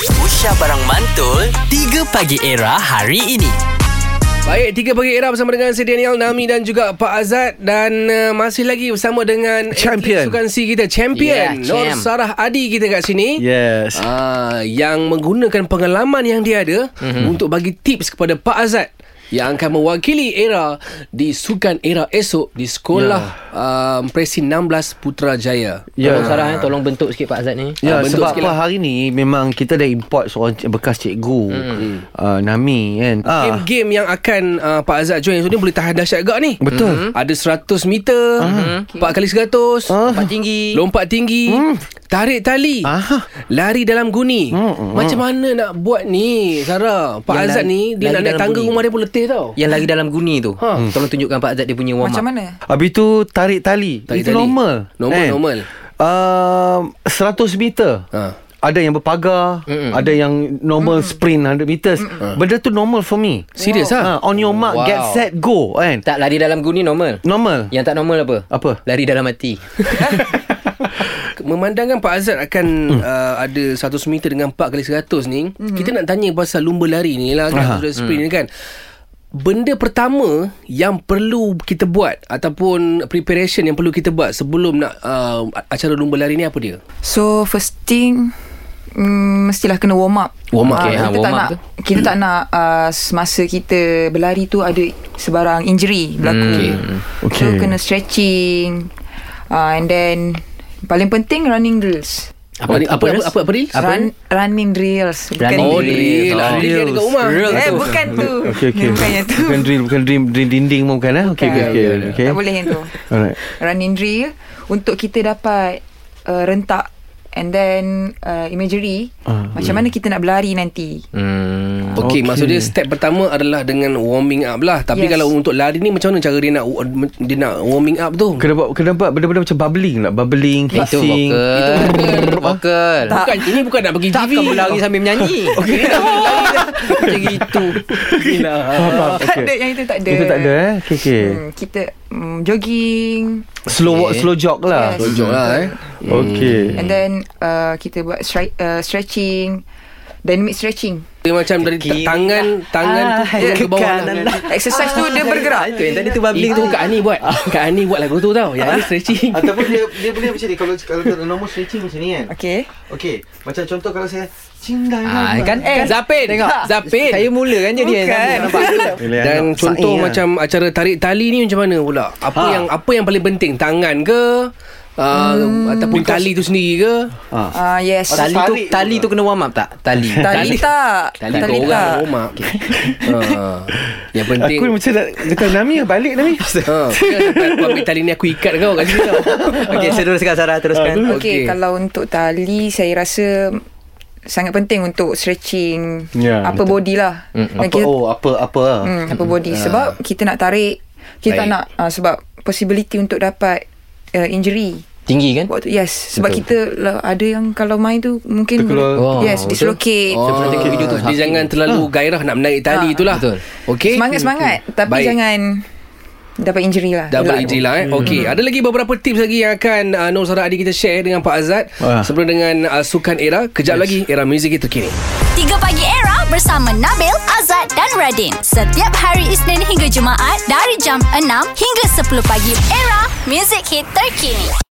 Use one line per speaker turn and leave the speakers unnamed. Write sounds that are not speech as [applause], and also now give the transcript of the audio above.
Aisyah Barang Mantul 3 Pagi Era hari ini
Baik, tiga pagi era bersama dengan Sir Daniel, Nami dan juga Pak Azad dan uh, masih lagi bersama dengan atlet
Champion.
sukan si kita champion
Yeah,
Nur
champ.
Sarah Adi kita kat sini.
Yes.
Ah, yang menggunakan pengalaman yang dia ada
Mhm.
mm-hmm. untuk bagi tips kepada Pak Azad yang akan mewakili era di sukan era esok di sekolah yeah. um, Presi 16 Putrajaya.
Ya. Tolong
Ya.
Sarah eh, tolong bentuk sikit Pak Azad ni.
Ya,
Ah, bentuk
sebab
sikit
apa
lah.
hari ni memang kita dah import seorang c- bekas cikgu. Hmm. Uh, Nami kan. Ah.
Game-game yang akan uh, Pak Azad join esok ni boleh tahan dahsyat gak ni. Hmm.
Betul. Ah.
Ada 100 meter, mm-hmm. 4 kali 100.
Tempat tinggi.
Lompat tinggi Tarik tali
Hmm. Aha.
Lari dalam guni
Hmm,
Macam mana nak buat ni Sarah Pak
Yang
Azad
lari-
ni Dia
lari
nak naik
dalam
tangga
guni.
rumah dia pun letih tau
Yang lagi dalam guni tu. Ha. Tolong tunjukkan Pak Azad dia punya warm up.
Macam mana?
Habis tu tarik tali.
Tarik
Itu
tali.
normal.
Normal, normal.
Um, 100 meter.
Ha.
Ada yang berpagar, Mm-mm. ada yang normal Mm-mm. sprint 100 meters. Mm-mm. Benda tu normal for me.
Serius
Ha,
ah?
on your mark,
Wow.
get set, go kan.
Tak lari dalam guni normal.
Normal.
Ya.
Yang tak normal apa?
Apa?
Lari dalam
[laughs]
hati.
Memandangkan Pak Azad akan uh, Ada 100 meter dengan 4 kali 100 ni Kita nak tanya pasal lumba lari ni lah kan, Sudah sprint ni kan Benda pertama yang perlu kita buat ataupun preparation yang perlu kita buat sebelum nak uh, acara lumba lari ni apa dia?
So first thing mm, Mestilah kena warm up
Warm up,
Ah,
okay. Ha,
Kita
warm
tak
up
nak
tu.
Kita tak nak uh, Semasa kita berlari tu Ada sebarang injury Berlaku
Hmm,
Okay.
So Oh, kena stretching uh, And then Paling penting running drills
Apa apa apa apa, apa, apa,
Apa?
Run, running drills bukan
Running
Oh,
drill.
drill.
Drill.
Drill dia ada kat rumah.
Drill
Eh
tu.
bukan tu
Okay, okay.
Bukan yang tu
Bukan drill, bukan drill, drill dinding pun bukan eh. Okay, okay, okay. okay.
Tak boleh yang tu
Alright.
[laughs] running drill untuk kita dapat uh, rentak and then uh, imagery
Ah,
uh, macam
hmm.
mana kita nak berlari nanti. [laughs]
Hmm.
Okey, okay.
Okey.
maksud dia step pertama adalah dengan warming up lah. Tapi yes.
Yes.
kalau untuk lari ni macam mana cara dia nak dia nak warming up tu?
Kena buat, kena buat benda-benda macam bubbling lah. Bubbling,
Itu
hissing.
vokal.
Oh.
Vokal.
Bukan ini bukan nak pergi
Takkan berlari sambil
[laughs]
menyanyi. Okey. Macam gitu.
Faham, [laughs] faham.
Tak ada
Okay.
yang itu tak ada.
Itu tak ada eh. Okay, okay.
Hmm, kita mm, jogging
Slow walk, slow jog lah. Hmm.
Yes. Slow
jog lah, eh.
Okay.
Hmm.
and then uh, kita buat stri- uh, stretching dynamic stretching.
Dia macam dari
Kiri
tangan tangan tu
Ah,
ke bawah lah.
kanan lah.
Exercise tu dia bergerak.
Itu yang tadi tu bubbling
Itu
tu. Ah.
Kak Ani buat. Kak Ani buat lagu tu tau. Yang ni stretching.
Ataupun dia dia boleh macam ni kalau kalau normal stretching macam ni kan.
Okay.
Okey, macam contoh kalau saya cinta
Ah, kan
Eh,
Zapin Tengok
Zapin.
Saya mula kan jadi
Bukan.
Dan contoh
lah.
macam acara tarik tali ni macam mana pula? Apa
Ha.
yang apa yang paling penting? Tangan ke? Uh,
Hmm.
ataupun tali tu sendiri ke?
Ah uh,
Oh,
yes.
Tali tu
Tarik
Tali tu kena warm up tak? Tali lah.
Tali tak.
Tali kau orang rumah. Ha. Yang penting
Aku macam nak kata Nami lah, balik Nami.
Ha, aku ambil tali ni aku ikat kau kat sini tau.
Okey, teruskan Sarah, teruskan.
Okay,
Okey.
okay, kalau untuk tali saya rasa sangat penting untuk stretching
Ya,
apa
betul.
body lah. Dan
Apa,
kita-
oh, apa, apa. lah.
hmm, apa body sebab kita nak tarik kita tak
Baik.
nak uh, sebab possibility untuk dapat uh, injury
Tinggi kan?
waktu yes sebab
Betul.
kita lah, ada yang kalau main tu mungkin
Terkeluar.
boleh-
Oh,
yes
betul.
dislocate
Oh,
Saya pernah tengok video tu.
Dia jangan terlalu
Ha.
gairah nak menaik tali
Ha.
itulah.
Betul.
Okey.
semangat-semangat tapi
Baik.
jangan dapat injury lah
Double
Elak
injury
tu.
lah
Hmm.
eh. Okey, ada lagi beberapa tips lagi yang akan uh, Nur Sarah Adi kita share dengan Pak Azad
Ah.
sebelum dengan uh, Sukan Era. Kejap lagi Era Music itu kini.
3 Pagi Era bersama Nabil, Azad dan Radin. Setiap hari Isnin hingga Jumaat dari jam 6 hingga 10 pagi. Era, music hit terkini.